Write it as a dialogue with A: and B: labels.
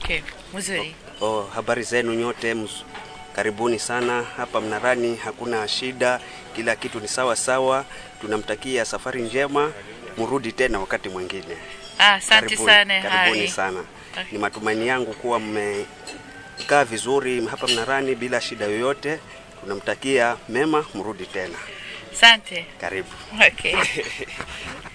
A: Okay, mzuri.
B: Oh, habari zenu nyote mz... karibuni sana hapa Mnarani, hakuna shida, kila kitu ni sawa sawa. Tunamtakia safari njema, mrudi tena wakati mwingine.
A: Ah, asante
B: Karibuni,
A: sana
B: karibuni
A: Hari.
B: sana.
A: Ah.
B: Ni matumaini yangu kuwa mmekaa vizuri hapa Mnarani bila shida yoyote. Tunamtakia mema, mrudi tena.
A: Asante.
B: Karibu.
A: Okay.